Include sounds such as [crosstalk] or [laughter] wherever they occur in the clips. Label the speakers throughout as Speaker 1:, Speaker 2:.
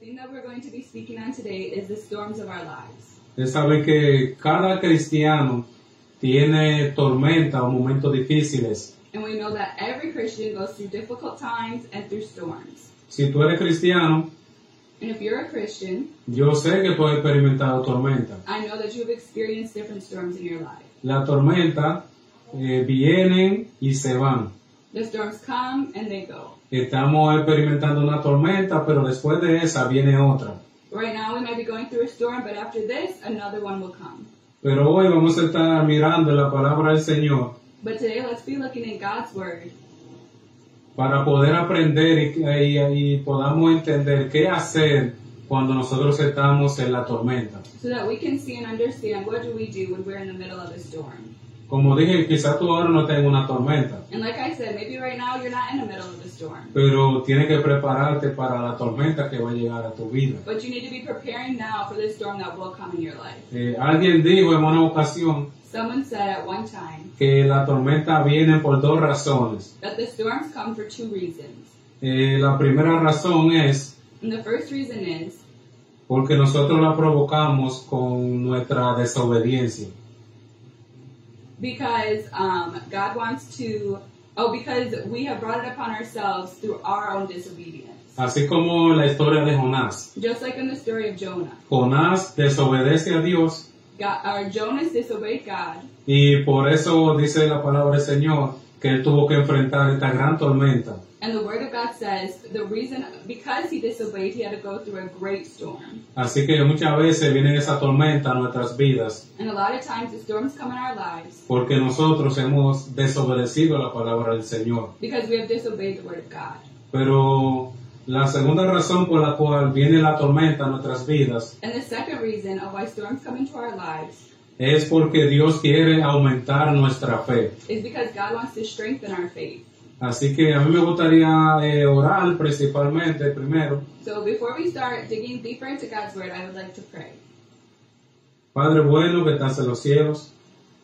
Speaker 1: thing that we're going to be speaking on today is the storms of our lives.
Speaker 2: Usted sabe que cada cristiano tiene tormenta o momentos difíciles.
Speaker 1: And we know that every Christian goes through difficult times and through storms.
Speaker 2: Si tú eres cristiano,
Speaker 1: And if you're a Christian,
Speaker 2: yo sé que tú has experimentado tormenta.
Speaker 1: I know that you've experienced different storms in your life.
Speaker 2: La tormenta eh, vienen y se van.
Speaker 1: The storms come and they go.
Speaker 2: Estamos experimentando una tormenta, pero después de esa viene otra.
Speaker 1: Right now, we might be going through a storm, but after this, another one will come.
Speaker 2: Pero hoy vamos a estar mirando la palabra del Señor
Speaker 1: But today, let's be looking at God's Word
Speaker 2: para poder aprender y, y- y podamos entender qué hacer cuando nosotros estamos en la tormenta.
Speaker 1: so that we can see and understand what do we do when we're in the middle of a storm.
Speaker 2: Como dije, quizás tú ahora no tengas una tormenta,
Speaker 1: And like I said, maybe right now you're not in the middle of a storm,
Speaker 2: pero tienes que prepararte para la tormenta que va a llegar a tu vida.
Speaker 1: but you need to be preparing now for this storm that will come in your life.
Speaker 2: Eh, alguien dijo en una ocasión
Speaker 1: Someone said at one time
Speaker 2: que la tormenta viene por dos razones.
Speaker 1: that the storms come for two reasons.
Speaker 2: Eh, la primera razón es
Speaker 1: And the first reason is
Speaker 2: porque nosotros la provocamos con nuestra desobediencia.
Speaker 1: because um, God wants to, oh, because we have brought it upon ourselves through our own disobedience.
Speaker 2: Así como la historia de Jonás.
Speaker 1: Just like in the story of Jonah,
Speaker 2: Jonás desobedece a Dios
Speaker 1: God, or Jonas disobeyed God,
Speaker 2: Y por eso dice la palabra del Señor que él tuvo que enfrentar esta gran tormenta.
Speaker 1: and the Word of God says the reason because he disobeyed, he had to go through a great storm.
Speaker 2: Así que muchas veces vienen esa tormenta a nuestras vidas
Speaker 1: And a lot of times the storms come in our lives
Speaker 2: porque nosotros hemos desobedecido la palabra del Señor.
Speaker 1: because we have disobeyed the Word of God.
Speaker 2: Pero la segunda razón por la cual viene la tormenta a nuestras vidas
Speaker 1: And the second reason of why storms come into our lives
Speaker 2: es porque Dios quiere aumentar nuestra fe.
Speaker 1: is because God wants to strengthen our faith.
Speaker 2: Así que a mí me gustaría eh, orar principalmente primero.
Speaker 1: So before we start digging deeper into God's Word, I would like to pray.
Speaker 2: Padre bueno que estás en los cielos,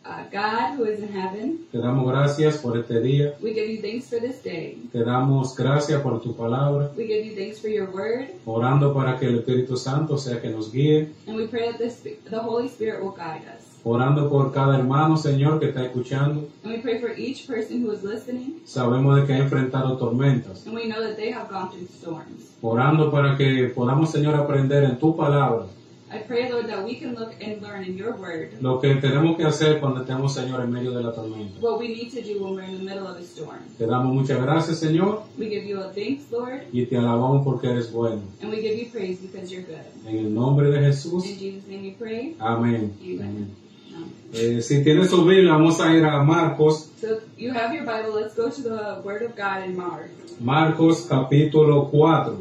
Speaker 1: Uh, God, who is in heaven,
Speaker 2: te damos gracias por este día.
Speaker 1: we give you thanks for this day.
Speaker 2: Te damos gracias por tu palabra,
Speaker 1: We give you thanks for your Word,
Speaker 2: orando para que el Espíritu Santo sea que nos guíe,
Speaker 1: and we pray that the, Sp- the Holy Spirit will guide us.
Speaker 2: orando por cada hermano, Señor, que está escuchando.
Speaker 1: And we pray for each person who is listening,
Speaker 2: Sabemos de que ha enfrentado tormentas.
Speaker 1: and we know that they have gone through storms.
Speaker 2: Orando para que podamos, Señor, aprender en tu palabra
Speaker 1: I pray, Lord, that we can look and learn in your word
Speaker 2: lo que tenemos que hacer cuando estemos, Señor, en medio de la tormenta.
Speaker 1: what we need to do when we're in the middle of a storm.
Speaker 2: Te damos muchas gracias, Señor,
Speaker 1: We give you a thanks, Lord,
Speaker 2: y te alabamos porque eres bueno.
Speaker 1: and we give you praise because you're good.
Speaker 2: En el nombre de
Speaker 1: In
Speaker 2: Jesús.
Speaker 1: Jesus' name we pray.
Speaker 2: Amén.
Speaker 1: Amén.
Speaker 2: Amén.
Speaker 1: Amen.
Speaker 2: Eh, si tienes su Biblia, vamos a ir a Marcos,
Speaker 1: So if you have your Bible, let's go to the word of God in Mark.
Speaker 2: Marcos capítulo 4.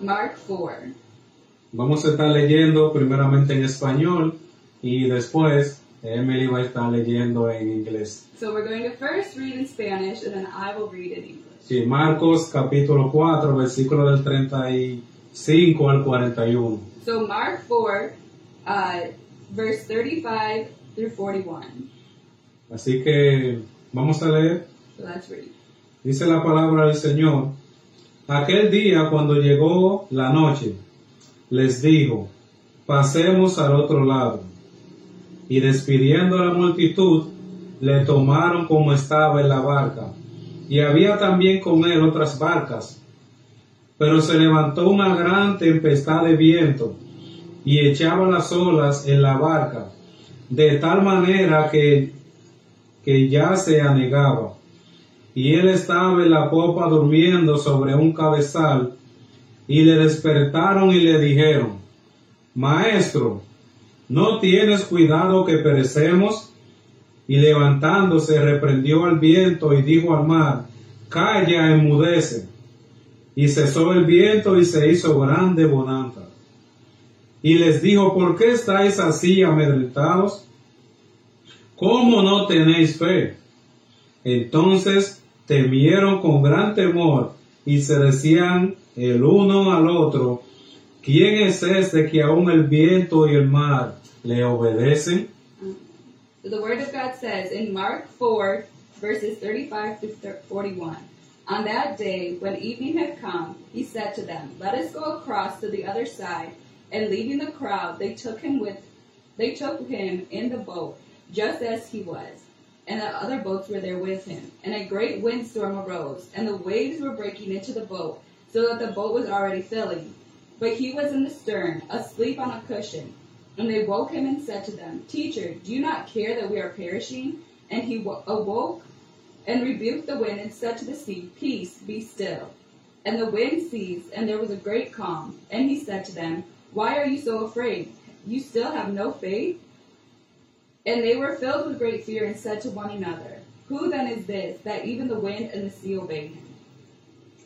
Speaker 1: Mark 4.
Speaker 2: Vamos a estar leyendo primeramente en español y después Emily va a estar leyendo en inglés.
Speaker 1: So we're going to first read in Spanish, and then I will read in English.
Speaker 2: Sí, Marcos capítulo 4, versículo del 35 al 41.
Speaker 1: So Mark 4, uh, verse 35 through 41.
Speaker 2: Así que vamos a leer.
Speaker 1: So let's read.
Speaker 2: Dice la palabra del Señor, aquel día cuando llegó la noche, les dijo, pasemos al otro lado. Y despidiendo a la multitud, le tomaron como estaba en la barca. Y había también con él otras barcas. Pero se levantó una gran tempestad de viento y echaba las olas en la barca, de tal manera que, que ya se anegaba y él estaba en la popa durmiendo sobre un cabezal, y le despertaron y le dijeron, Maestro, ¿no tienes cuidado que perecemos? Y levantándose reprendió al viento y dijo al mar, Calla, enmudece. Y cesó el viento y se hizo grande bonanza. Y les dijo, ¿por qué estáis así amedrentados? ¿Cómo no tenéis fe? Entonces temieron con gran temor y se decían el uno al otro, ¿quién es este que aún el viento y el mar le obedecen?
Speaker 1: So the word of God says in Mark 4, verses 35 through thir- 41. On that day, when evening had come, he said to them, Let us go across to the other side. And leaving the crowd, they took him with they took him in the boat, just as he was, and the other boats were there with him. And a great windstorm arose, and the waves were breaking into the boat, so that the boat was already filling. But he was in the stern, asleep on a cushion. And they woke him and said to them, Teacher, do you not care that we are perishing? And he wo- awoke and rebuked the wind and said to the sea, Peace, be still. And the wind ceased, and there was a great calm. And he said to them, Why are you so afraid? You still have no faith? And they were filled with great fear and said to one another, Who then is this, that even the wind and the sea obey him?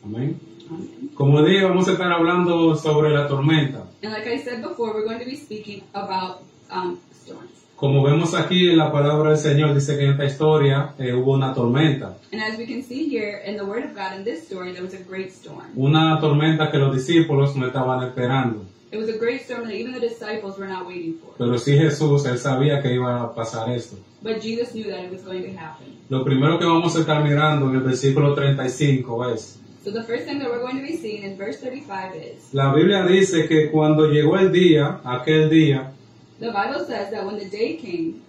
Speaker 2: Amén.
Speaker 1: Amen.
Speaker 2: Como dije, vamos a estar hablando sobre la tormenta.
Speaker 1: And like I said before, we're going to be speaking about um, storms.
Speaker 2: Como vemos aquí en la palabra del Señor, dice que en esta historia eh, hubo una tormenta.
Speaker 1: And as we can see here in the Word of God in this story, there was a great storm.
Speaker 2: Una tormenta que los discípulos no estaban esperando.
Speaker 1: It was a great storm that even the disciples were not waiting for.
Speaker 2: Pero sí Jesús, él sabía que iba a pasar esto.
Speaker 1: But Jesus knew that it was going to happen.
Speaker 2: Lo primero que vamos a estar mirando en el versículo 35 es,
Speaker 1: So the first thing that we're going to be seeing in verse 35 is
Speaker 2: la Biblia dice que cuando llegó el día, aquel día,
Speaker 1: the Bible says that when the day came,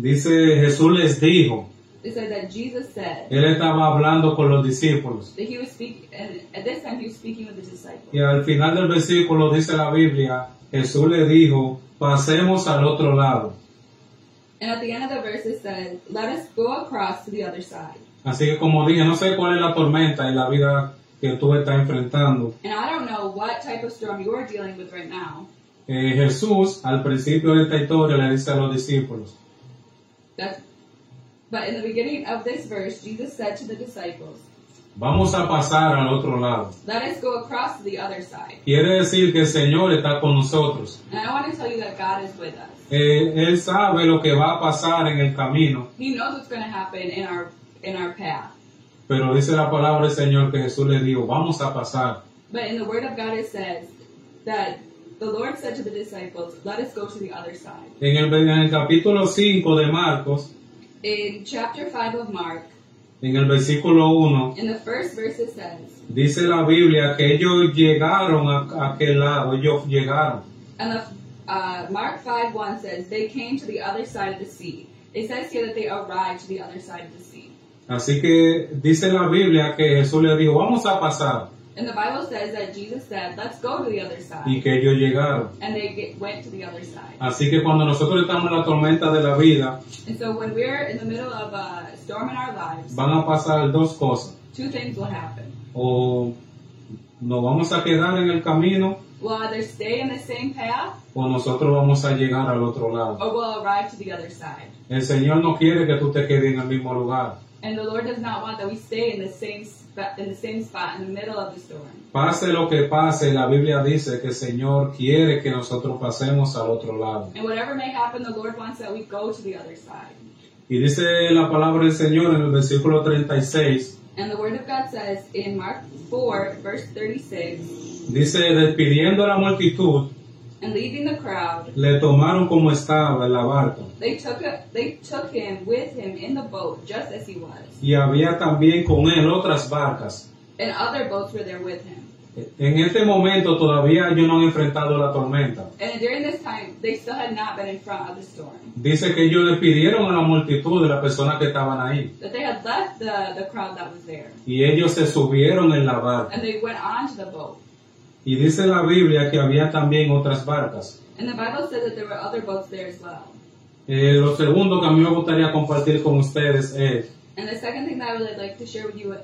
Speaker 2: dice Jesús les dijo,
Speaker 1: it said that Jesus said
Speaker 2: él estaba hablando con los discípulos.
Speaker 1: that he was speaking, and at this time he was speaking with the disciples.
Speaker 2: Y al final del versículo dice la Biblia, Jesús le dijo, pasemos al otro lado.
Speaker 1: And at the end of the verse it says, let us go across to the other side.
Speaker 2: Así que como dije, no sé cuál es la tormenta en la vida que tú estás enfrentando.
Speaker 1: And I don't know what type of storm you're dealing with right now.
Speaker 2: Eh, Jesús al principio de esta historia le dice a los discípulos,
Speaker 1: That's, but in the beginning of this verse, Jesus said to the disciples,
Speaker 2: vamos a pasar al otro lado.
Speaker 1: Let us go across to the other side.
Speaker 2: Quiere decir que el Señor está con nosotros.
Speaker 1: And I want to tell you that God is with us.
Speaker 2: Eh, él sabe lo que va a pasar en el camino,
Speaker 1: He knows what's going to happen in our in our path.
Speaker 2: pero dice la palabra del Señor que Jesús le dijo, vamos a pasar.
Speaker 1: But in the Word of God, it says that the Lord said to the disciples, "Let us go to the other side."
Speaker 2: En el, en el capítulo 5 de Marcos,
Speaker 1: In chapter five of Mark,
Speaker 2: en el versículo 1,
Speaker 1: in the first verse, it says,
Speaker 2: dice la Biblia que ellos llegaron a, a aquel lado, ellos llegaron.
Speaker 1: "And the uh, Mark five one says they came to the other side of the sea." It says here that they arrived to the other side of the sea.
Speaker 2: Así que dice la Biblia que Jesús le dijo, vamos a pasar,
Speaker 1: And the Bible says that Jesus said, "Let's go to the other side,"
Speaker 2: y que ellos llegaron.
Speaker 1: and they get, went to the other side.
Speaker 2: Así que cuando nosotros estamos en la tormenta de la vida,
Speaker 1: And so when we're in the middle of a storm in our lives,
Speaker 2: van a pasar dos cosas.
Speaker 1: two things will happen.
Speaker 2: o nos vamos a quedar en el camino
Speaker 1: We'll either stay in the same path
Speaker 2: o nosotros vamos a llegar al otro lado.
Speaker 1: or we'll arrive to the other side.
Speaker 2: El Señor no quiere que tú te quedes en el mismo lugar.
Speaker 1: And the Lord does not want that we stay in the same spot, in the same spot in the middle of the storm.
Speaker 2: Pase lo que pase, la Biblia dice que el Señor quiere que nosotros pasemos al otro lado.
Speaker 1: And whatever may happen, the Lord wants that we go to the other side.
Speaker 2: Y dice la palabra del Señor en el versículo 36,
Speaker 1: And the Word of God says in Mark 4, verse 36,
Speaker 2: dice, despidiendo a la multitud,
Speaker 1: and leaving the crowd,
Speaker 2: le tomaron como estaba en la barca.
Speaker 1: they took a, they took him with him in the boat just as he was,
Speaker 2: Y había también con él otras barcas.
Speaker 1: and other boats were there with him.
Speaker 2: En este momento todavía ellos no han enfrentado la tormenta.
Speaker 1: And during this time, they still had not been in front of the storm.
Speaker 2: Dice que ellos despidieron a la multitud de las personas que estaban ahí
Speaker 1: That they had left the, the crowd that was there,
Speaker 2: y ellos se subieron en la barca.
Speaker 1: and they went on to the boat.
Speaker 2: Y dice la Biblia que había también otras barcas.
Speaker 1: And the Bible says that there were other boats there as well.
Speaker 2: Eh, lo segundo que a mí me gustaría compartir con ustedes es
Speaker 1: And the second thing that I would like to share with you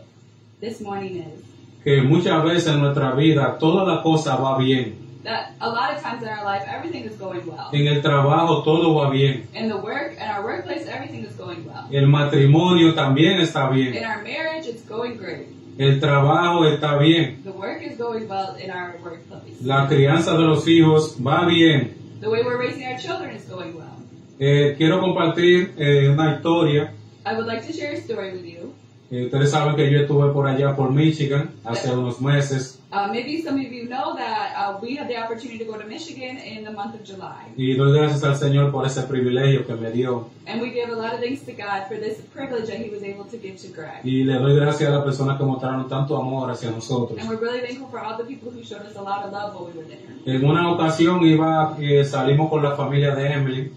Speaker 1: this morning is
Speaker 2: que muchas veces en nuestra vida toda la cosa va bien.
Speaker 1: that a lot of times in our life, everything is going well.
Speaker 2: En el trabajo todo va bien.
Speaker 1: In the work, in our workplace, everything is going well.
Speaker 2: El matrimonio también está
Speaker 1: In
Speaker 2: bien.
Speaker 1: our marriage, it's going great.
Speaker 2: El trabajo está bien.
Speaker 1: The work is going well in our workplace.
Speaker 2: La crianza de los hijos va bien.
Speaker 1: The way we're raising our children is going well.
Speaker 2: Eh, quiero compartir eh, una historia
Speaker 1: I would like to share a story with you
Speaker 2: Y ustedes saben que yo estuve por allá, por Michigan, hace unos meses,
Speaker 1: Uh, maybe some of you know that uh, we had the opportunity to go to Michigan in the month of July.
Speaker 2: y doy gracias al Señor por ese privilegio que me dio.
Speaker 1: And we give a lot of thanks to God for this privilege that He was able to give to Greg.
Speaker 2: Y le doy gracias a las personas que mostraron tanto amor hacia nosotros.
Speaker 1: And we're really thankful for all the people who showed us a lot of love while we were there.
Speaker 2: En una ocasión iba, eh, salimos con la familia de Emily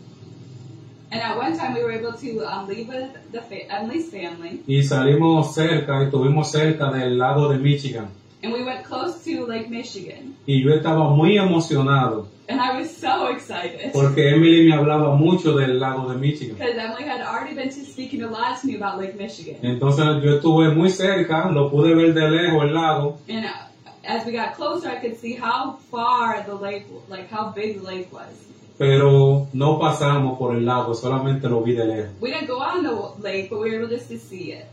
Speaker 1: And at one time, we were able to um, leave with the fa- Emily's family,
Speaker 2: y salimos cerca, estuvimos cerca del lago de Michigan.
Speaker 1: and we went close to Lake Michigan.
Speaker 2: Y yo estaba muy emocionado
Speaker 1: And I was so excited
Speaker 2: porque Emily me hablaba mucho del lago de Michigan.
Speaker 1: because Emily had already been to speaking a lot to me about Lake Michigan.
Speaker 2: Entonces yo estuve muy cerca, lo pude ver de lejos el lago
Speaker 1: And uh, as we got closer, I could see how far the lake, like how big the lake was.
Speaker 2: pero no pasamos por el lago, solamente lo vi de lejos.
Speaker 1: We didn't go on the lake, but we were able just to see it.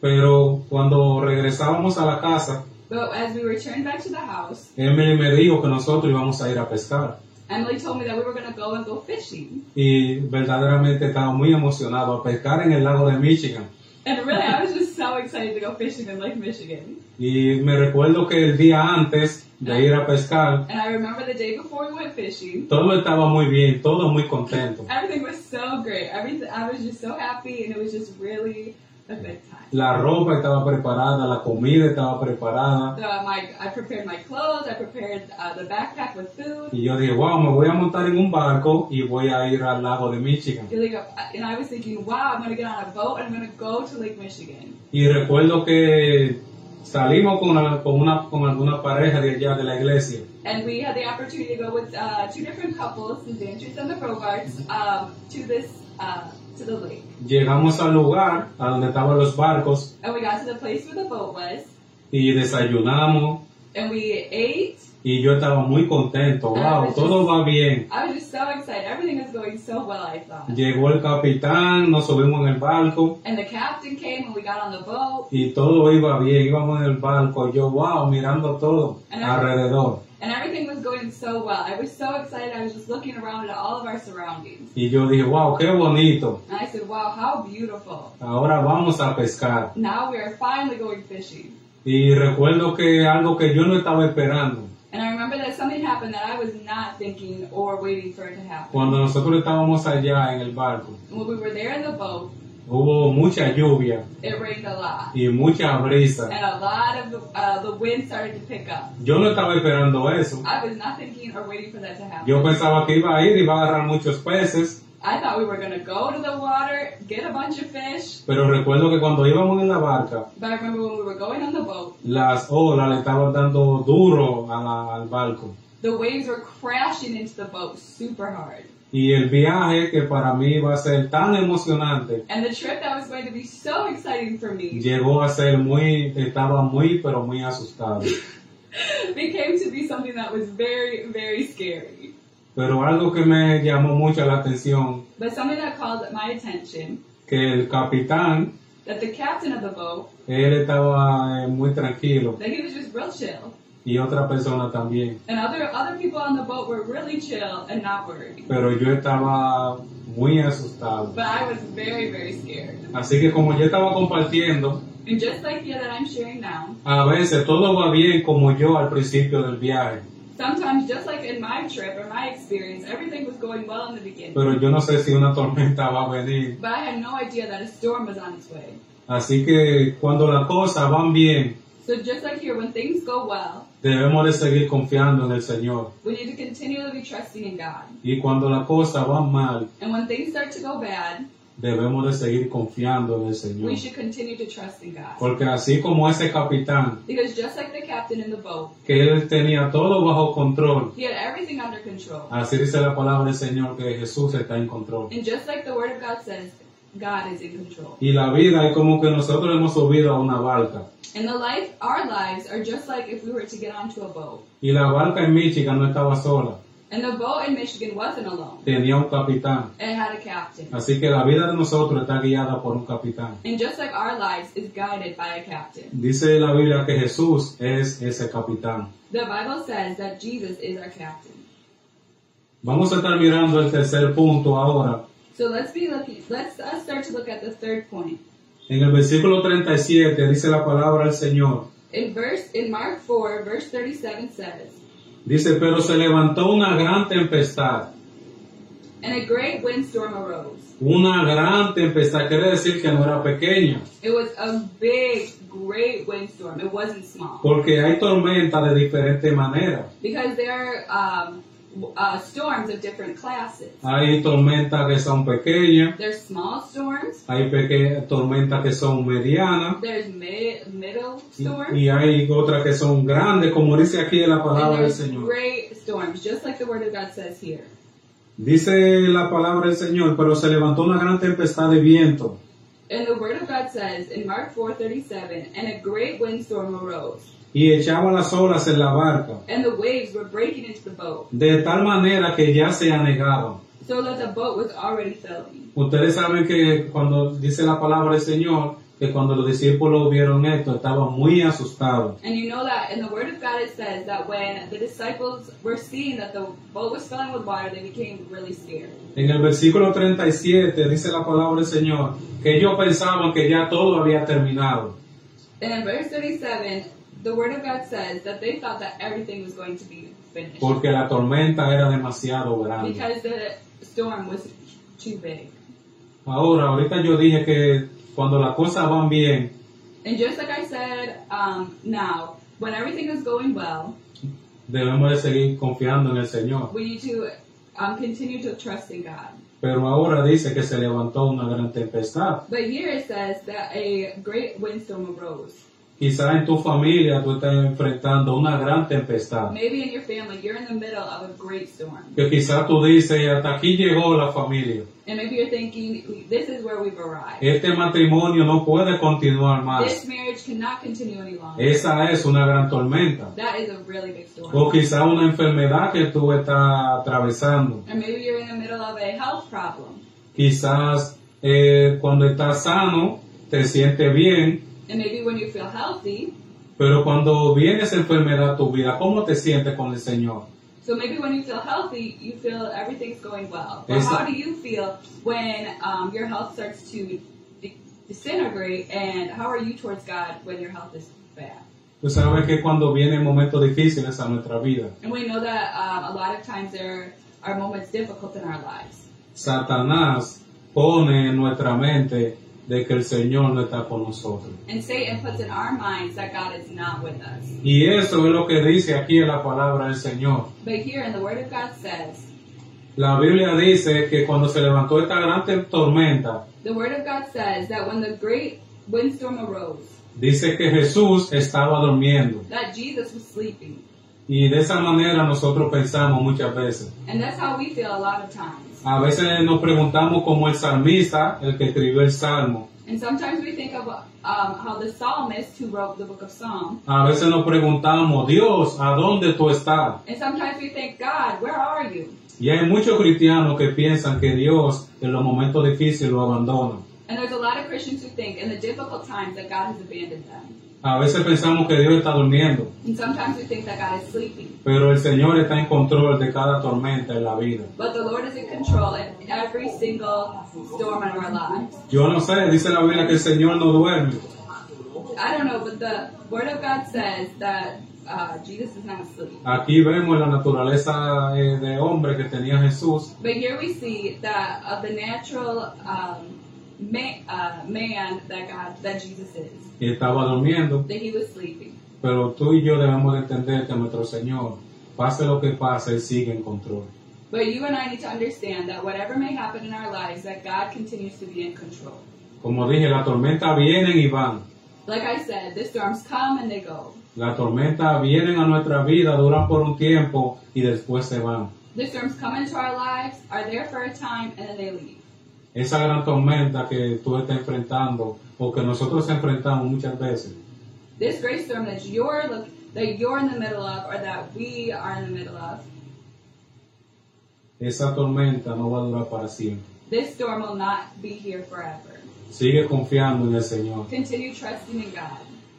Speaker 2: Pero cuando regresábamos a la casa,
Speaker 1: But as we returned back to the house,
Speaker 2: Emily me dijo que nosotros íbamos a ir a pescar.
Speaker 1: Emily told me that we were going to go and go fishing.
Speaker 2: Y verdaderamente estaba muy emocionado a pescar en el lago de Michigan.
Speaker 1: And really, I was just so excited to go fishing in Lake Michigan.
Speaker 2: Y me recuerdo que el día antes de ir a pescar,
Speaker 1: And I remember the day before we went fishing,
Speaker 2: todo estaba muy bien, todo muy contento.
Speaker 1: everything was so great. Everything, I was just so happy, and it was just really a good time.
Speaker 2: La ropa estaba preparada, la comida estaba preparada.
Speaker 1: So uh, my, I prepared my clothes, I prepared uh, the backpack with food.
Speaker 2: Y yo dije, wow, me voy a montar en un barco y voy a ir al lago de Michigan.
Speaker 1: You're like, uh, And I was thinking, wow, I'm going to get on a boat and I'm going to go to Lake Michigan.
Speaker 2: Y recuerdo que salimos con, una- con, una, con alguna pareja de allá de la iglesia.
Speaker 1: And we had the opportunity to go with uh, two different couples, the Dantries and the Robarts, um, to this uh, to the lake.
Speaker 2: Llegamos al lugar, a donde estaban los barcos,
Speaker 1: And we got to the place where the boat was,
Speaker 2: y desayunamos.
Speaker 1: and we ate.
Speaker 2: Y yo estaba muy contento, wow, todo va bien.
Speaker 1: I was just so excited. Everything was going so well, I thought.
Speaker 2: Llegó el capitán, nos subimos en el barco
Speaker 1: And the captain came, and we got on the boat,
Speaker 2: y todo iba bien, íbamos en el barco, yo wow, mirando todo alrededor.
Speaker 1: and everything was going so well. I was so excited. I was just looking around at all of our surroundings,
Speaker 2: Y yo dije, wow, qué bonito,
Speaker 1: and I said, "Wow, how beautiful!"
Speaker 2: ahora vamos a pescar.
Speaker 1: Now we are finally going fishing.
Speaker 2: Y recuerdo que algo que yo no estaba esperando,
Speaker 1: And I remember that something happened that I was not thinking or waiting for it to happen.
Speaker 2: cuando nosotros estábamos allá en el barco,
Speaker 1: When we were there in the boat,
Speaker 2: hubo mucha lluvia
Speaker 1: It rained a lot,
Speaker 2: y mucha brisa.
Speaker 1: and a lot of the, uh, the wind started to pick up.
Speaker 2: Yo no estaba esperando eso.
Speaker 1: I was not thinking or waiting for that to happen.
Speaker 2: Yo pensaba que iba a ir, iba a agarrar muchos peces,
Speaker 1: I thought we were gonna go to the water, get a bunch of fish,
Speaker 2: pero recuerdo que cuando íbamos en la barca,
Speaker 1: but I remember when we were going on the boat,
Speaker 2: las olas le estaban dando duro a la- al barco.
Speaker 1: the waves were crashing into the boat super hard.
Speaker 2: Y el viaje que para mí iba a ser tan emocionante,
Speaker 1: And the trip that was going to be so exciting for me
Speaker 2: llegó a ser muy, estaba muy, pero muy asustado.
Speaker 1: became to be something that was very, very scary.
Speaker 2: Pero algo que me llamó mucho la atención,
Speaker 1: But something that called my attention
Speaker 2: que el capitán,
Speaker 1: that the captain of the boat,
Speaker 2: él estaba eh, muy tranquilo
Speaker 1: that he was just real chill.
Speaker 2: y otra persona también.
Speaker 1: And other other people on the boat were really chill and not worried.
Speaker 2: Pero yo estaba muy asustado.
Speaker 1: But I was very, very scared.
Speaker 2: Así que como yo estaba compartiendo,
Speaker 1: And just like here that I'm sharing now,
Speaker 2: a veces todo va bien como yo al principio del viaje.
Speaker 1: sometimes just like in my trip or my experience, everything was going well in the beginning.
Speaker 2: pero yo no sé si una [laughs] tormenta va a venir.
Speaker 1: But I had no idea that a storm was on its way.
Speaker 2: Así que cuando las cosas van bien,
Speaker 1: So just like here, when things go well,
Speaker 2: debemos de seguir confiando en el Señor.
Speaker 1: we need to continually be trusting in God.
Speaker 2: Y cuando las cosas van mal,
Speaker 1: And when things start to go bad,
Speaker 2: debemos de seguir confiando en el Señor.
Speaker 1: we should continue to trust in God.
Speaker 2: Porque así como ese capitán,
Speaker 1: Because just like the captain in the boat,
Speaker 2: que él tenía todo bajo control,
Speaker 1: he had everything under control.
Speaker 2: así dice la palabra del Señor que Jesús está en control.
Speaker 1: And just like the Word of God says, God is in control.
Speaker 2: Y la vida es como que nosotros hemos subido a una barca.
Speaker 1: And the life, our lives are just like if we were to get onto a boat.
Speaker 2: Y la barca en Michigan no estaba sola,
Speaker 1: And the boat in Michigan wasn't alone.
Speaker 2: tenía un capitán.
Speaker 1: It had a captain.
Speaker 2: Así que la vida de nosotros está guiada por un capitán.
Speaker 1: And just like our lives is guided by a captain.
Speaker 2: Dice la Biblia que Jesús es ese capitán.
Speaker 1: The Bible says that Jesus is our captain.
Speaker 2: Vamos a estar mirando el tercer punto ahora,
Speaker 1: So let's be looking let's uh, start to look at the third point.
Speaker 2: En el versículo 37 dice la palabra del Señor.
Speaker 1: In verse in Mark 4, verse 37 says,
Speaker 2: Dice, pero se levantó una gran tempestad.
Speaker 1: And a great windstorm arose.
Speaker 2: Una gran tempestad quiere decir que no era pequeña,
Speaker 1: It was a big, great windstorm. It wasn't small.
Speaker 2: porque hay tormentas de diferentes maneras.
Speaker 1: Because there are um, w- uh, storms of different classes.
Speaker 2: Hay tormentas que son pequeñas,
Speaker 1: There's small storms,
Speaker 2: hay peque- tormentas que son medianas
Speaker 1: there's mid, middle
Speaker 2: y,
Speaker 1: storms,
Speaker 2: y hay otras que son grandes, como dice aquí en la
Speaker 1: and
Speaker 2: palabra del
Speaker 1: there's
Speaker 2: Señor.
Speaker 1: great storms, just like the Word of God says here.
Speaker 2: Dice la palabra del Señor, pero se levantó una gran tempestad de viento
Speaker 1: And the Word of God says in Mark 4:37, and a great windstorm arose,
Speaker 2: y echaba las olas en la barca,
Speaker 1: and the waves were breaking into the boat,
Speaker 2: de tal manera que ya se anegaban.
Speaker 1: so that the boat was already filling.
Speaker 2: Ustedes saben que cuando dice la palabra del Señor, que cuando los discípulos vieron esto, estaban muy asustados.
Speaker 1: And you know that in the Word of God it says that when the disciples were seeing that the boat was filling with water, they became really scared.
Speaker 2: En el versículo 37 dice la palabra del Señor, que ellos pensaban que ya todo había terminado.
Speaker 1: And in verse 37, the Word of God says that they thought that everything was going to be finished
Speaker 2: porque la tormenta era demasiado grande.
Speaker 1: because the storm was too big.
Speaker 2: Ahora, ahorita yo dije que cuando las cosas van bien,
Speaker 1: And just like I said um, now, when everything is going well,
Speaker 2: debemos de seguir confiando en el Señor.
Speaker 1: we need to um, continue to trust in God.
Speaker 2: Pero ahora dice que se levantó una gran tempestad.
Speaker 1: But here it says that a great windstorm arose.
Speaker 2: Quizás en tu familia tú estás enfrentando una gran tempestad.
Speaker 1: Maybe in your family, you're in the middle of a great storm.
Speaker 2: Que quizás tú dices, hasta aquí llegó la familia.
Speaker 1: And maybe you're thinking, this is where we've arrived.
Speaker 2: Este matrimonio no puede continuar más.
Speaker 1: This marriage cannot continue any longer.
Speaker 2: Esa es una gran tormenta.
Speaker 1: That is a really big storm.
Speaker 2: O quizás una enfermedad que tú estás atravesando.
Speaker 1: Or maybe you're in the middle of a health problem.
Speaker 2: Quizás eh, cuando estás sano te sientes bien,
Speaker 1: And maybe when you feel healthy,
Speaker 2: pero cuando viene esa enfermedad a tu vida, ¿cómo te sientes con el Señor?
Speaker 1: so maybe when you feel healthy, you feel everything's going well. But
Speaker 2: Yes.
Speaker 1: how do you feel when um, your health starts to de- disintegrate? And how are you towards God when your health is bad?
Speaker 2: Tú sabes que cuando vienen momentos difíciles a nuestra vida,
Speaker 1: And we know that um, a lot of times there are moments difficult in our lives.
Speaker 2: Satanás pone en nuestra mente de que el Señor no está con nosotros.
Speaker 1: And Satan puts in our minds that God is not with us.
Speaker 2: Y eso es lo que dice aquí en la palabra del Señor.
Speaker 1: But here in the Word of God says,
Speaker 2: La Biblia dice que cuando se levantó esta gran te- tormenta,
Speaker 1: the Word of God says that when the great windstorm arose,
Speaker 2: dice que Jesús estaba durmiendo.
Speaker 1: that Jesus was sleeping.
Speaker 2: Y de esa manera nosotros pensamos muchas veces.
Speaker 1: And that's how we feel a lot of times.
Speaker 2: A veces nos preguntamos como el salmista, el que escribió el salmo.
Speaker 1: And sometimes we think of um, how the psalmist who wrote the book of Psalm,
Speaker 2: A veces nos preguntamos, Dios, ¿a dónde tú estás?
Speaker 1: and sometimes we think, God, where are you?
Speaker 2: Y hay muchos cristianos que piensan que Dios en los momentos difíciles lo abandona.
Speaker 1: And there's a lot of Christians who think in the difficult times that God has abandoned them.
Speaker 2: A veces pensamos que Dios está durmiendo,
Speaker 1: And sometimes we think that God is sleeping.
Speaker 2: pero el Señor está en control de cada tormenta en la vida.
Speaker 1: But the Lord is in control in every single storm in our lives.
Speaker 2: Yo no sé, dice la Biblia que el Señor no duerme.
Speaker 1: I don't know, but the Word of God says that uh, Jesus does not sleep.
Speaker 2: Aquí vemos la naturaleza eh, de hombre que tenía Jesús.
Speaker 1: But here we see that of the natural um, ma- uh, man that God, that Jesus is,
Speaker 2: Y estaba durmiendo,
Speaker 1: that he was sleeping.
Speaker 2: pero tú y yo debemos de entender que nuestro Señor, pase lo que pase, Él sigue en control.
Speaker 1: But you and I need to understand that whatever may happen in our lives, that God continues to be in control.
Speaker 2: Como dije, la tormenta vienen y van.
Speaker 1: Like I said, the storms come and they go.
Speaker 2: La tormenta vienen a nuestra vida, duran por un tiempo y después se van.
Speaker 1: The storms come into our lives, are there for a time, and then they leave.
Speaker 2: Esa gran tormenta que tú estás enfrentando o que nosotros enfrentamos muchas veces,
Speaker 1: This great storm that you're look, that you're in the middle of, or that we are in the middle of,
Speaker 2: esa tormenta no va a durar para siempre.
Speaker 1: this storm will not be here forever.
Speaker 2: Sigue confiando en el Señor.
Speaker 1: Continue trusting in God.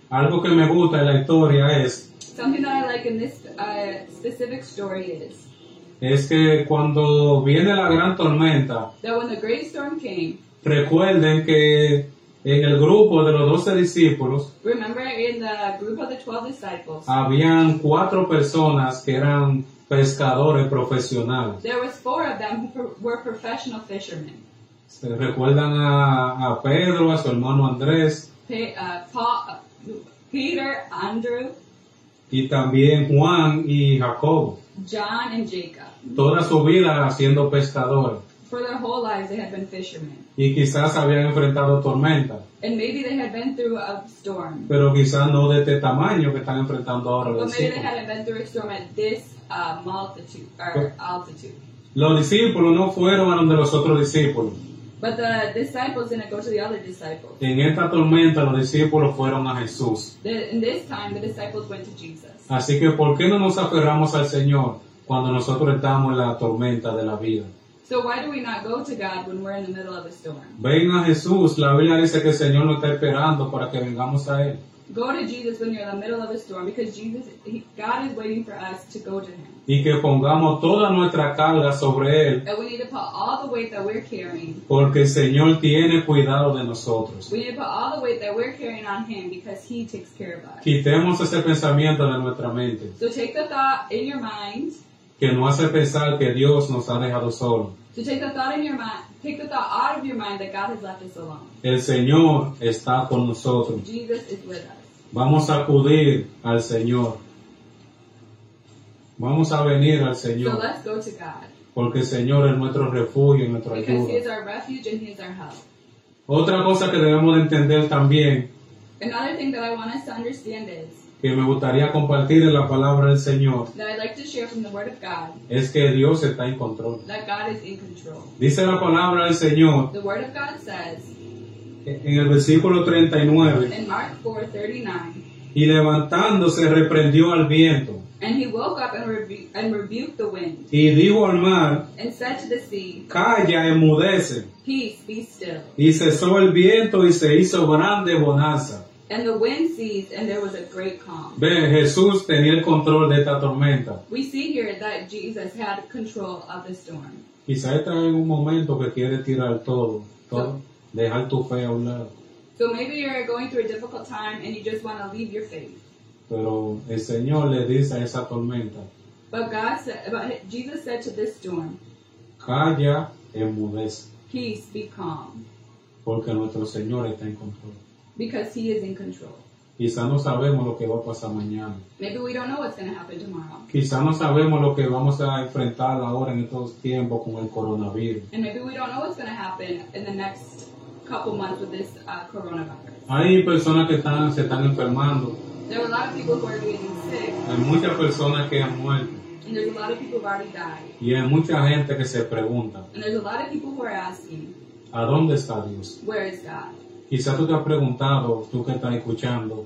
Speaker 2: Algo que me gusta de la historia es
Speaker 1: Something that I like in this uh, specific story is
Speaker 2: es que cuando viene la gran tormenta,
Speaker 1: that when the great storm came,
Speaker 2: recuerden que en el grupo de los doce discípulos
Speaker 1: Remember in the group of the 12 disciples,
Speaker 2: habían cuatro personas que eran pescadores profesionales.
Speaker 1: there was four of them who pro- were professional fishermen.
Speaker 2: Se recuerdan a, a Pedro, a su hermano Andrés
Speaker 1: Pe- uh, Paul, uh, Peter, Andrew,
Speaker 2: y también Juan y Jacobo.
Speaker 1: John, and Jacob.
Speaker 2: Toda su vida siendo pescadores
Speaker 1: For their whole lives, they had been fishermen.
Speaker 2: y quizás habían enfrentado tormentas,
Speaker 1: And maybe they had been through a storm.
Speaker 2: pero quizás no de este tamaño que están enfrentando ahora
Speaker 1: But
Speaker 2: los
Speaker 1: maybe they
Speaker 2: discípulos.
Speaker 1: hadn't been through a storm at this uh, multitude or altitude.
Speaker 2: Los discípulos no fueron a donde los otros discípulos.
Speaker 1: But the disciples didn't go to the other disciples.
Speaker 2: En esta tormenta los discípulos fueron a Jesús.
Speaker 1: The, in this time, the disciples went to Jesus.
Speaker 2: Así que ¿por qué no nos aferramos al Señor cuando nosotros estamos en la tormenta de la vida?
Speaker 1: So why do we not go to God when we're in the middle of a storm?
Speaker 2: Ven a Jesús. La Biblia dice que el Señor nos está esperando para que vengamos a Él.
Speaker 1: Go to Jesus when you're in the middle of a storm because Jesus, he, God is waiting for us to go to Him.
Speaker 2: Y que pongamos toda nuestra carga sobre Él,
Speaker 1: And we need to put all the weight that we're carrying.
Speaker 2: porque el Señor tiene cuidado de nosotros.
Speaker 1: We need to put all the weight that we're carrying on Him because He takes care of us.
Speaker 2: Quitemos ese pensamiento de nuestra mente,
Speaker 1: So take the thought in your mind.
Speaker 2: que nos hace pensar que Dios nos ha dejado solos.
Speaker 1: So take the thought in your mind. Take the thought out of your mind that God has left us alone.
Speaker 2: El Señor está con nosotros.
Speaker 1: Jesus is with us.
Speaker 2: Vamos a acudir al Señor. Vamos a venir al
Speaker 1: So
Speaker 2: Señor,
Speaker 1: let's go to God
Speaker 2: porque el Señor es nuestro refugio, nuestra
Speaker 1: because He
Speaker 2: ayuda.
Speaker 1: is our refuge and He is our help.
Speaker 2: Otra cosa que debemos de entender también,
Speaker 1: Another thing that I want us to understand is
Speaker 2: que me gustaría compartir en la palabra del Señor,
Speaker 1: that I'd like to share from the Word of God
Speaker 2: es que Dios está en control.
Speaker 1: that God is in control.
Speaker 2: Dice la palabra del Señor
Speaker 1: The Word of God says
Speaker 2: en el versículo 39,
Speaker 1: in Mark 4:39,
Speaker 2: y levantándose reprendió al viento
Speaker 1: and he woke up and, rebu- and rebuked the wind
Speaker 2: y dijo al mar,
Speaker 1: and said to the sea,
Speaker 2: calla, enmudece.
Speaker 1: Peace, be still.
Speaker 2: Y cesó el viento y se hizo grande bonanza.
Speaker 1: And the wind ceased, and there was a great calm.
Speaker 2: Ve, Jesús tenía el control de esta tormenta.
Speaker 1: We see here that Jesus had control of the storm.
Speaker 2: Quizá está en un momento que quiere tirar todo, todo, dejar tu fe a un lado.
Speaker 1: So maybe you're going through a difficult time and you just want to leave your faith.
Speaker 2: Pero el Señor le dice a esa tormenta,
Speaker 1: But God said, but Jesus said to this storm,
Speaker 2: calla, enmudece,
Speaker 1: Peace, be calm,
Speaker 2: porque nuestro Señor está en control.
Speaker 1: because He is in control.
Speaker 2: Quizá no sabemos lo que va a pasar mañana.
Speaker 1: Maybe we don't know what's going to happen tomorrow,
Speaker 2: Quizá no sabemos lo que vamos a enfrentar ahora en estos tiempos con el coronavirus.
Speaker 1: and maybe we don't know what's going to happen in the next couple months with this uh, coronavirus.
Speaker 2: Hay personas que están, se están enfermando,
Speaker 1: There are a lot of people who are getting sick,
Speaker 2: hay muchas personas que han muerto
Speaker 1: and there's a lot of people who've already died,
Speaker 2: y hay mucha gente que se pregunta,
Speaker 1: and there's a lot of people who are asking,
Speaker 2: ¿a dónde está Dios?
Speaker 1: Where is God?
Speaker 2: Quizá tú te has preguntado, tú que estás escuchando,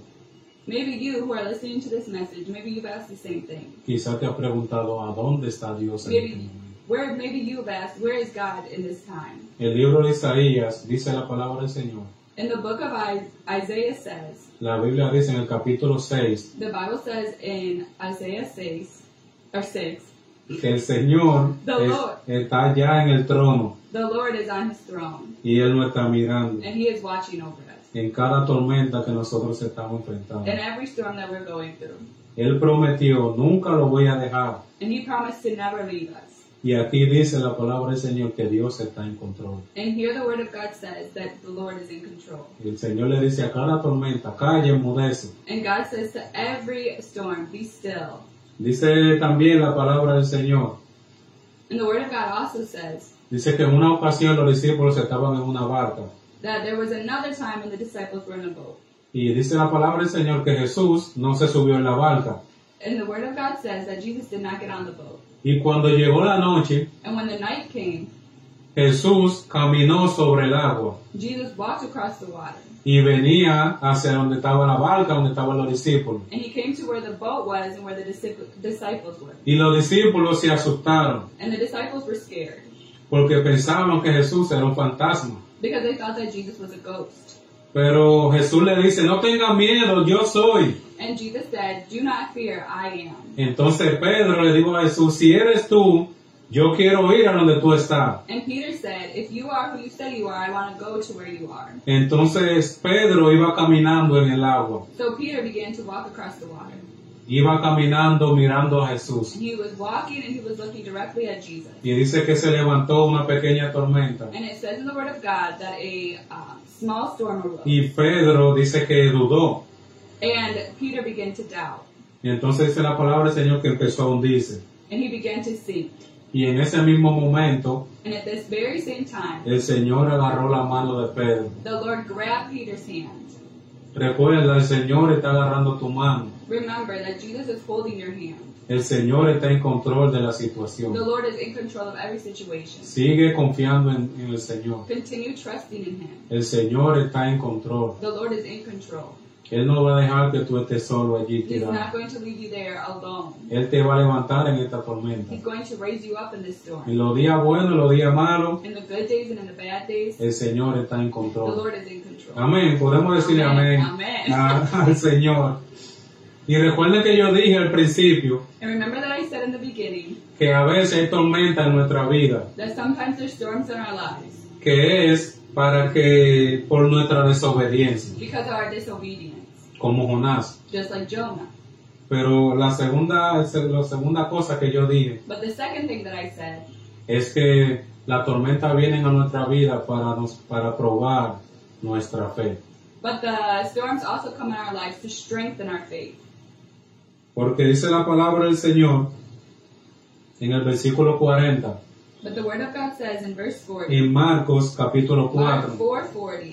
Speaker 1: Maybe you who are listening to this message, maybe you've asked the same thing.
Speaker 2: quizá te has preguntado, ¿a dónde está Dios? En este
Speaker 1: Maybe
Speaker 2: momento?
Speaker 1: where maybe you've asked, Where is God in this time?
Speaker 2: El libro de Isaías dice la palabra del Señor.
Speaker 1: In the book of I- Isaiah says,
Speaker 2: La Biblia dice en el capítulo 6
Speaker 1: the Bible says in Isaiah 6 or 6,
Speaker 2: que el Señor
Speaker 1: The
Speaker 2: es-
Speaker 1: Lord.
Speaker 2: está ya en el trono
Speaker 1: the Lord is on his throne
Speaker 2: y Él nos está mirando.
Speaker 1: and he is watching over us
Speaker 2: en cada tormenta que nosotros estamos enfrentando.
Speaker 1: in every storm that we're going through.
Speaker 2: Él prometió, nunca lo voy a dejar.
Speaker 1: And he promised to never leave us.
Speaker 2: Y aquí dice la palabra del Señor que Dios está en control.
Speaker 1: And here the word of God says that the Lord is in control.
Speaker 2: El Señor le dice a cada tormenta, calla, enmudece.
Speaker 1: And God says to every storm, be still.
Speaker 2: Dice también la palabra del Señor.
Speaker 1: And the word of God also says
Speaker 2: Dice que en una ocasión los discípulos estaban en una barca.
Speaker 1: that there was another time when the disciples were in a boat.
Speaker 2: Y dice la palabra del Señor que Jesús no se subió en la barca.
Speaker 1: And the word of God says that Jesus did not get on the boat.
Speaker 2: Y cuando llegó la noche,
Speaker 1: And when the night came,
Speaker 2: Jesús caminó sobre el agua
Speaker 1: Jesus walked across the water.
Speaker 2: y venía hacia donde estaba la barca, donde estaban los discípulos.
Speaker 1: And he came to where the boat was and where the discip- disciples were.
Speaker 2: Y los discípulos se asustaron
Speaker 1: And the disciples were scared
Speaker 2: porque pensaban que Jesús era un fantasma.
Speaker 1: because they thought that Jesus was a ghost.
Speaker 2: Pero Jesús le dice, no tengan miedo, yo soy.
Speaker 1: And Jesus said, Do not fear, I am.
Speaker 2: Entonces Pedro le dijo a Jesús, si eres tú, yo quiero ir a donde tú estás.
Speaker 1: And Peter said, If you are who you say you are, I want to go to where you are.
Speaker 2: Entonces Pedro iba caminando en el agua,
Speaker 1: So Peter began to walk across the water.
Speaker 2: iba caminando mirando a Jesús.
Speaker 1: He was walking and he was looking directly at Jesus.
Speaker 2: Y dice que se levantó una pequeña tormenta.
Speaker 1: And it says in the Word of God that a uh, small storm arose.
Speaker 2: Y Pedro dice que dudó.
Speaker 1: And Peter began to doubt.
Speaker 2: Y entonces dice la palabra del Señor que empezó a hundirse.
Speaker 1: And he began to sink.
Speaker 2: Y en ese mismo momento
Speaker 1: And at this very same time,
Speaker 2: el Señor agarró la mano de Pedro.
Speaker 1: the Lord grabbed Peter's hand.
Speaker 2: Recuerda, el Señor está agarrando tu mano.
Speaker 1: Remember that Jesus is holding your hand.
Speaker 2: El Señor está en control de la
Speaker 1: The
Speaker 2: situación.
Speaker 1: Lord is in control of every situation.
Speaker 2: Sigue confiando en, en el Señor.
Speaker 1: Continue trusting in him.
Speaker 2: El Señor está en control.
Speaker 1: The Lord is in control.
Speaker 2: Él no va a dejar que tú estés solo allí
Speaker 1: He's not
Speaker 2: tirado.
Speaker 1: going to leave you there alone.
Speaker 2: Él te va a levantar en esta tormenta.
Speaker 1: He's going to raise you up in this storm.
Speaker 2: En los días buenos, en los días malos,
Speaker 1: In the good days and in the bad days,
Speaker 2: el Señor está en
Speaker 1: the
Speaker 2: control.
Speaker 1: Lord is in control.
Speaker 2: Amén. Podemos decirle amén,
Speaker 1: Amén, amén.
Speaker 2: a- al Señor. Y recuerden que yo dije al principio
Speaker 1: And remember that I said in the beginning
Speaker 2: que a veces hay tormenta en nuestra vida,
Speaker 1: that sometimes there's storms in our lives
Speaker 2: que es para que por nuestra desobediencia,
Speaker 1: because of our disobedience,
Speaker 2: como Jonás.
Speaker 1: just like Jonah.
Speaker 2: Pero la segunda, la segunda cosa que yo dije
Speaker 1: But the second thing that I said
Speaker 2: es que la tormenta viene a nuestra vida para, nos, para probar nuestra fe.
Speaker 1: But the storms also come in our lives to strengthen our faith.
Speaker 2: Porque dice la palabra del Señor en el versículo 40,
Speaker 1: But the Word of God says in verse 40,
Speaker 2: en Marcos capítulo
Speaker 1: Mark
Speaker 2: 4,
Speaker 1: 440,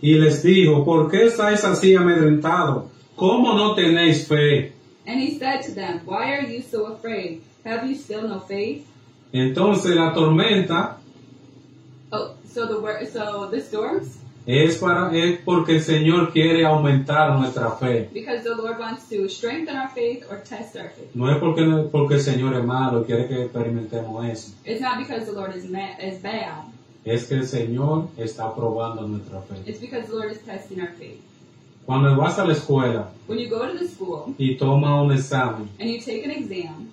Speaker 2: y les dijo, ¿por qué estáis así amedrentados? ¿Cómo no tenéis fe?
Speaker 1: and he said to them, Why are you so afraid? Have you still no faith?
Speaker 2: Entonces la tormenta
Speaker 1: Oh, so the word, so the storms,
Speaker 2: es, para, es porque el Señor quiere aumentar nuestra fe.
Speaker 1: because the Lord wants to strengthen our faith or test our faith.
Speaker 2: No es porque, porque el Señor es malo, quiere que experimentemos eso.
Speaker 1: It's not because the Lord is ma- is bad.
Speaker 2: Es que el Señor está probando nuestra fe.
Speaker 1: It's because the Lord is testing our faith.
Speaker 2: Cuando vas a la escuela
Speaker 1: When you go to the school
Speaker 2: y toma un examen,
Speaker 1: and you take an exam,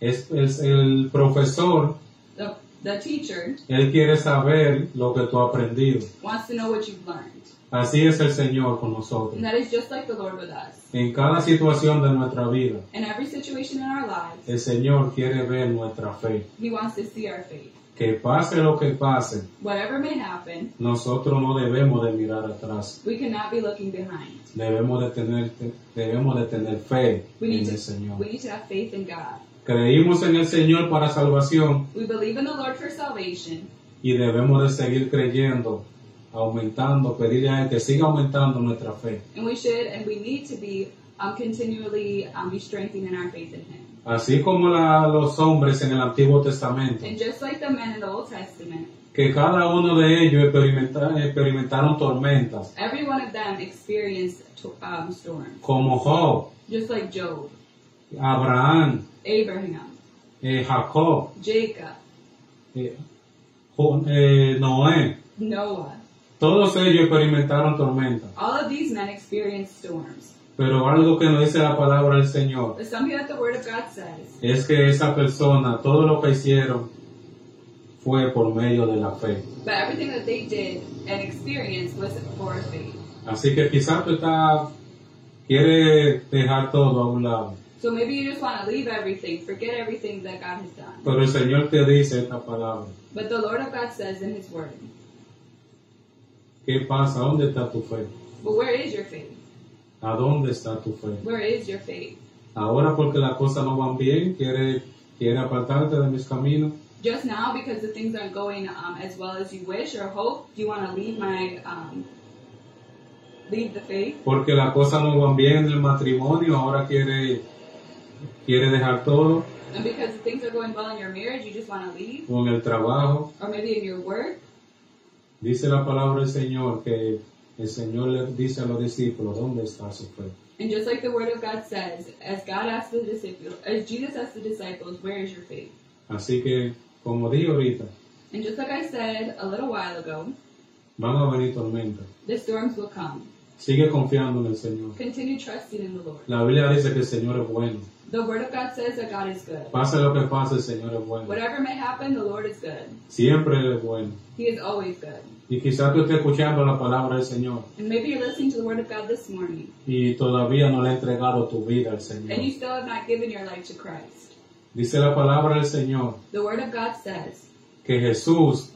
Speaker 2: es, es el profesor,
Speaker 1: the the teacher
Speaker 2: él quiere saber lo que tú has aprendido.
Speaker 1: wants to know what you've learned,
Speaker 2: Así es el Señor con nosotros.
Speaker 1: and that is just like the Lord with us.
Speaker 2: En cada situación de nuestra vida,
Speaker 1: In every situation in our lives,
Speaker 2: el Señor quiere ver nuestra fe.
Speaker 1: He wants to see our faith.
Speaker 2: Que pase lo que pase,
Speaker 1: Whatever may happen,
Speaker 2: nosotros no debemos de mirar atrás.
Speaker 1: we cannot be looking behind.
Speaker 2: Debemos de tener, debemos de tener fe
Speaker 1: We need
Speaker 2: en el
Speaker 1: to
Speaker 2: Señor.
Speaker 1: we need to have faith in God.
Speaker 2: Creímos en el Señor para salvación
Speaker 1: We believe in the Lord for salvation,
Speaker 2: y debemos de seguir creyendo, aumentando, pedirle a Él que siga aumentando nuestra fe.
Speaker 1: and we should and we need to be um, continually um, be strengthened in our faith in Him.
Speaker 2: Así como la- los hombres en el Antiguo Testamento,
Speaker 1: And just like the men in the Old Testament,
Speaker 2: que cada uno de ellos experimenta- experimentaron tormentas,
Speaker 1: every one of them experienced to- um, storms.
Speaker 2: como Job,
Speaker 1: Just like Job,
Speaker 2: Abraham,
Speaker 1: Abraham,
Speaker 2: eh, Jacob,
Speaker 1: Jacob,
Speaker 2: eh, Ju- eh, Noé,
Speaker 1: Noah.
Speaker 2: todos ellos experimentaron tormentas.
Speaker 1: All of these men experienced storms.
Speaker 2: Pero algo que nos dice la palabra del Señor
Speaker 1: But something that the Word of God says
Speaker 2: es que esa persona, todo lo que hicieron fue por medio de la fe.
Speaker 1: But everything that they did and experienced was for faith.
Speaker 2: Así que quizás tú estás, quieres dejar todo a un lado,
Speaker 1: So maybe you just want to leave everything, forget everything that God has done.
Speaker 2: pero el Señor te dice esta palabra.
Speaker 1: But the Lord of God says in His Word,
Speaker 2: ¿Qué pasa? ¿Dónde está tu fe?
Speaker 1: But where is your faith?
Speaker 2: ¿A dónde está tu fe?
Speaker 1: Where is your faith?
Speaker 2: Ahora porque las cosas no van bien, quiere, quiere apartarte de mis caminos.
Speaker 1: Just now, because the things aren't going um, as well as you wish or hope, do you want to leave my, um, leave the faith?
Speaker 2: Porque las cosas no van bien en el matrimonio, ahora quiere, quiere dejar todo,
Speaker 1: And because the things are going well in your marriage, you just want to leave?
Speaker 2: o en el trabajo.
Speaker 1: Or maybe in your work?
Speaker 2: Dice la palabra del Señor que el Señor le dice a los discípulos, ¿dónde está su fe?
Speaker 1: And just like the Word of God says, as God asked the disciples, as Jesus asked the disciples, where is your faith?
Speaker 2: Así que, como dije ahorita,
Speaker 1: And just like I said a little while ago,
Speaker 2: van a venir tormentas.
Speaker 1: the storms will come.
Speaker 2: Sigue confiando en el Señor.
Speaker 1: Continue trusting in the Lord.
Speaker 2: La Biblia dice que el Señor es bueno.
Speaker 1: The Word of God says that God is good.
Speaker 2: Pase lo que pase, el Señor es bueno.
Speaker 1: Whatever may happen, the Lord is good.
Speaker 2: Siempre Él es bueno.
Speaker 1: He is always good.
Speaker 2: Y quizás tú estés escuchando la palabra del Señor
Speaker 1: And maybe you're listening to the Word of God this morning
Speaker 2: y todavía no le has entregado tu vida al
Speaker 1: and you
Speaker 2: Señor.
Speaker 1: still have not given your life to Christ.
Speaker 2: Dice la palabra del Señor
Speaker 1: The Word of God says
Speaker 2: que Jesús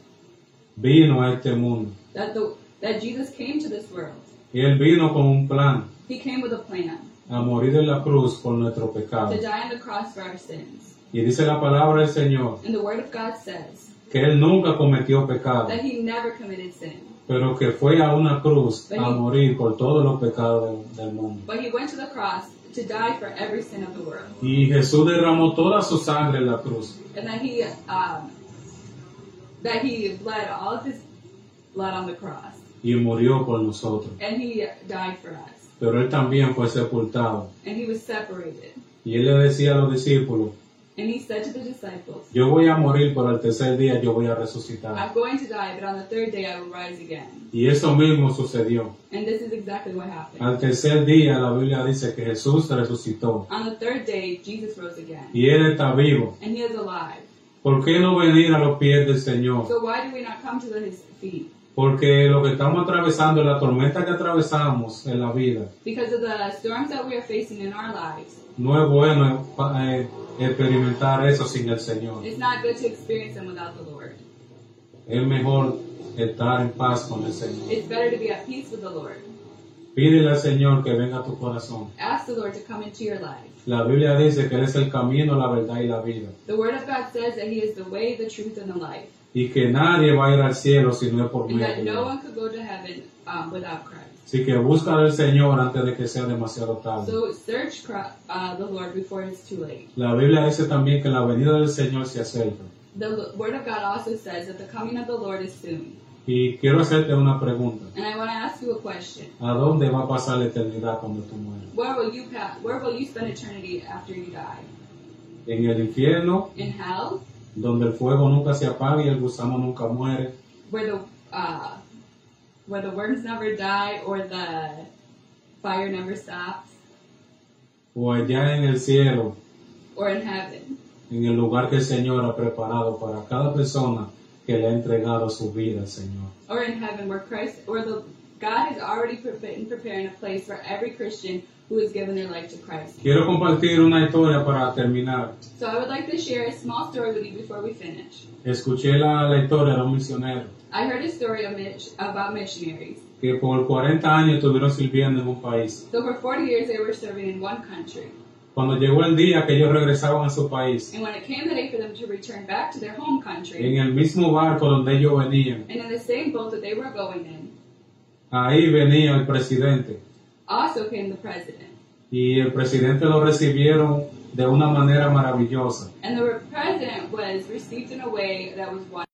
Speaker 2: vino a este mundo.
Speaker 1: that, the, that Jesus came to this world.
Speaker 2: Y Él vino con un plan
Speaker 1: He came with a plan
Speaker 2: a morir en la cruz por nuestro pecado.
Speaker 1: to die on the cross for our sins.
Speaker 2: Y dice la palabra del Señor
Speaker 1: And the Word of God says
Speaker 2: que Él nunca cometió pecado,
Speaker 1: that He never committed sin,
Speaker 2: pero que fue a una cruz a morir por todos los pecados del, del mundo.
Speaker 1: but He went to the cross to die for every sin of the world.
Speaker 2: Y Jesús derramó toda su sangre en la cruz.
Speaker 1: And that He um, that He bled all of His blood on the cross.
Speaker 2: y murió por nosotros.
Speaker 1: And He died for us.
Speaker 2: Pero él también fue sepultado.
Speaker 1: And He was separated.
Speaker 2: Y él le decía a los discípulos,
Speaker 1: And He said to the disciples,
Speaker 2: yo voy a morir, pero al tercer día yo voy a resucitar.
Speaker 1: I'm going to die, but on the third day I will rise again.
Speaker 2: Y eso mismo sucedió.
Speaker 1: And this is exactly what happened.
Speaker 2: Al tercer día la Biblia dice que Jesús resucitó.
Speaker 1: On the third day, Jesus rose again.
Speaker 2: Y él está vivo.
Speaker 1: And He is alive.
Speaker 2: ¿Por qué no venir a los pies del Señor?
Speaker 1: So why do we not come to the- His feet?
Speaker 2: Porque lo que estamos atravesando, la tormenta que atravesamos en la vida,
Speaker 1: Because of the storms that we are facing in our lives,
Speaker 2: no es bueno eh, experimentar eso sin el Señor.
Speaker 1: it's not good to experience them without the Lord.
Speaker 2: Es mejor estar en paz con el Señor.
Speaker 1: It's better to be at peace with the Lord.
Speaker 2: Pídele al Señor que venga a tu corazón.
Speaker 1: Ask the Lord to come into your life.
Speaker 2: La Biblia dice que Él es el camino, la verdad y la vida.
Speaker 1: The Word of God says that He is the way, the truth, and the life,
Speaker 2: Y que nadie va a ir al cielo si no es por
Speaker 1: and
Speaker 2: medio
Speaker 1: that
Speaker 2: de
Speaker 1: no
Speaker 2: Él.
Speaker 1: one could go to heaven um, without Christ.
Speaker 2: Así que busca al Señor antes de que sea demasiado tarde.
Speaker 1: So search Cro- uh, the Lord before it's too late.
Speaker 2: La Biblia dice también que la venida del Señor se acerca.
Speaker 1: The L- Word of God also says that the coming of the Lord is soon.
Speaker 2: Y quiero hacerte una pregunta.
Speaker 1: And I want to ask you a question:
Speaker 2: ¿A dónde va a pasar la eternidad cuando tú mueras?
Speaker 1: Where will you pa- Where will you spend eternity after you die?
Speaker 2: ¿En el infierno,
Speaker 1: In hell,
Speaker 2: donde el fuego nunca se apaga y el gusano nunca muere?
Speaker 1: where the uh, where the worms never die or the fire never stops,
Speaker 2: ¿O allá en el cielo,
Speaker 1: or in heaven,
Speaker 2: en el lugar que el Señor ha preparado para cada persona que le ha entregado su vida al Señor.
Speaker 1: or in heaven where Christ or the God has already pre- been preparing a place for every Christian who has given their life to Christ.
Speaker 2: Quiero compartir una historia para terminar.
Speaker 1: So I would like to share a small story with you before we finish.
Speaker 2: Escuché la, la historia de un misionero
Speaker 1: I heard a story of mis- about missionaries.
Speaker 2: que por 40 años estuvieron sirviendo en un país.
Speaker 1: So for 40 years they were serving in one country,
Speaker 2: Cuando llegó el día que ellos regresaban a su país,
Speaker 1: and when it came the day for them to return back to their home country,
Speaker 2: en el mismo barco donde ellos venían,
Speaker 1: and in the same boat that they were going in,
Speaker 2: ahí venía el presidente.
Speaker 1: also came the president.
Speaker 2: Y el presidente lo recibieron de una manera maravillosa.
Speaker 1: And the president was received in a way that was wonderful.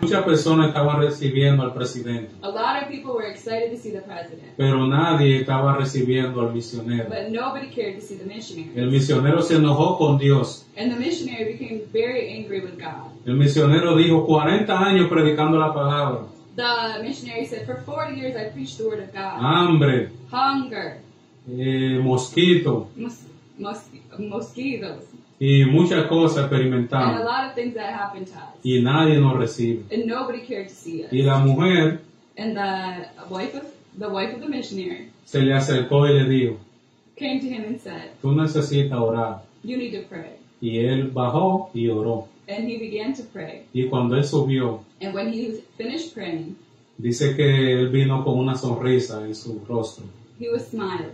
Speaker 2: Muchas personas estaban recibiendo al presidente,
Speaker 1: A lot of people were excited to see the president,
Speaker 2: pero nadie estaba recibiendo al misionero.
Speaker 1: but nobody cared to see the missionary.
Speaker 2: El misionero se enojó con Dios.
Speaker 1: And the missionary became very angry with God.
Speaker 2: El misionero dijo 40 años predicando la palabra.
Speaker 1: The missionary said, For 40 years I preached the word of God.
Speaker 2: hambre,
Speaker 1: Hunger,
Speaker 2: eh, mosquito
Speaker 1: mos- mos- mosquitoes,
Speaker 2: y muchas cosas
Speaker 1: and a
Speaker 2: experimentamos
Speaker 1: lot of things that happened to us.
Speaker 2: y nadie nos recibe.
Speaker 1: And nobody cared to see us.
Speaker 2: Y la mujer
Speaker 1: And the wife of the wife of the missionary
Speaker 2: se le acercó y le dijo,
Speaker 1: came to him and said,
Speaker 2: tú necesitas orar.
Speaker 1: You need to pray.
Speaker 2: Y él bajó y oró.
Speaker 1: And he began to pray.
Speaker 2: Y cuando él subió,
Speaker 1: And when he finished praying,
Speaker 2: dice que él vino con una sonrisa en su rostro.
Speaker 1: he was smiling.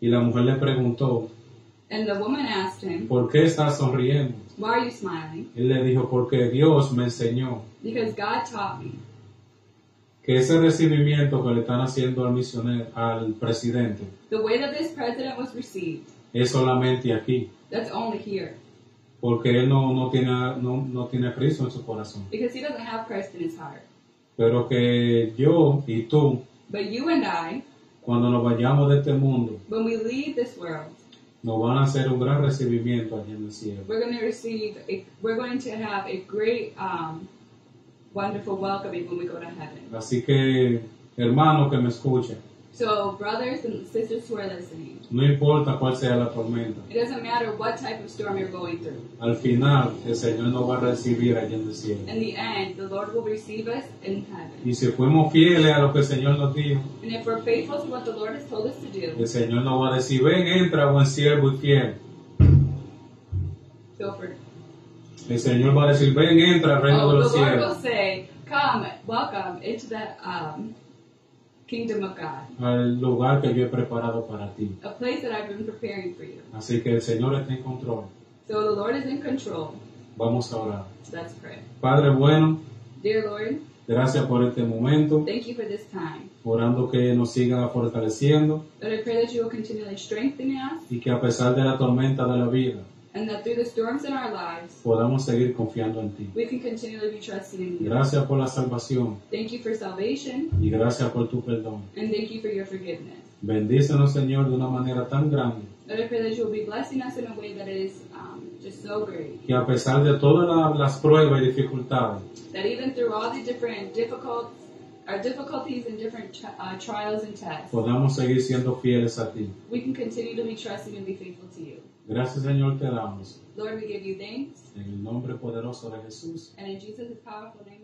Speaker 2: Y la mujer le preguntó,
Speaker 1: And the woman asked him,
Speaker 2: ¿por qué estás sonriendo?
Speaker 1: Why are you smiling?
Speaker 2: Él le dijo, porque Dios me enseñó
Speaker 1: Because God taught me
Speaker 2: que ese recibimiento que le están haciendo al misionero, al presidente,
Speaker 1: the way that this president was received,
Speaker 2: es solamente aquí.
Speaker 1: that's only here.
Speaker 2: porque él no, no, tiene, a- no, no tiene a Cristo en su corazón.
Speaker 1: Because he doesn't have Christ in his heart.
Speaker 2: Pero que yo y tú,
Speaker 1: But you and I,
Speaker 2: cuando nos vayamos de este mundo,
Speaker 1: when we leave this world,
Speaker 2: nos van a hacer un gran recibimiento allí en el cielo.
Speaker 1: we're going to receive, a, we're going to have a great, um, wonderful welcoming when we go to heaven.
Speaker 2: Así que, hermano que me escucha,
Speaker 1: So, brothers and sisters who are listening,
Speaker 2: No importa cuál sea la tormenta.
Speaker 1: it doesn't matter what type of storm you're going through.
Speaker 2: Al final el Señor nos va a recibir allá en el cielo.
Speaker 1: In the end, the Lord will receive us in heaven.
Speaker 2: Y si fuimos fieles a lo que el Señor nos dijo,
Speaker 1: And if we're faithful to what the Lord has told us to do,
Speaker 2: el Señor nos va a decir, ven, entra, buen siervo y fiel.
Speaker 1: feel free.
Speaker 2: El Señor va a decir, ven, entra, reino de
Speaker 1: Oh, the
Speaker 2: los
Speaker 1: Lord will
Speaker 2: cielos.
Speaker 1: say, Come, welcome into the um, kingdom of God,
Speaker 2: Al lugar que yo he preparado para ti.
Speaker 1: a place that I've been preparing for you.
Speaker 2: Así que el Señor está en control.
Speaker 1: So the Lord is in control.
Speaker 2: Vamos a orar.
Speaker 1: Let's pray.
Speaker 2: Padre bueno,
Speaker 1: Dear Lord,
Speaker 2: gracias por este momento.
Speaker 1: thank you for this time.
Speaker 2: Orando que nos siga fortaleciendo
Speaker 1: Lord, I pray that you will continually strengthen us
Speaker 2: y que a pesar de la tormenta de la vida,
Speaker 1: and that through the storms in our lives,
Speaker 2: podamos seguir confiando en ti.
Speaker 1: we can continually be trusting in you.
Speaker 2: Gracias por la salvación
Speaker 1: Thank you for salvation
Speaker 2: y gracias por tu perdón.
Speaker 1: and thank you for your forgiveness.
Speaker 2: Bendícenos, Señor, de una manera tan grande
Speaker 1: Lord, I pray that you will be blessing us in a way that is um, just so great.
Speaker 2: que a pesar de todas la- las pruebas y dificultades,
Speaker 1: That even through all the different difficult, our difficulties and different tri- uh, trials and tests,
Speaker 2: podamos seguir siendo fieles a ti.
Speaker 1: we can continue to be trusting and be faithful to you.
Speaker 2: Gracias, Señor, te damos.
Speaker 1: Lord, we give you thanks,
Speaker 2: En el nombre poderoso de Jesús.
Speaker 1: and in Jesus' powerful name,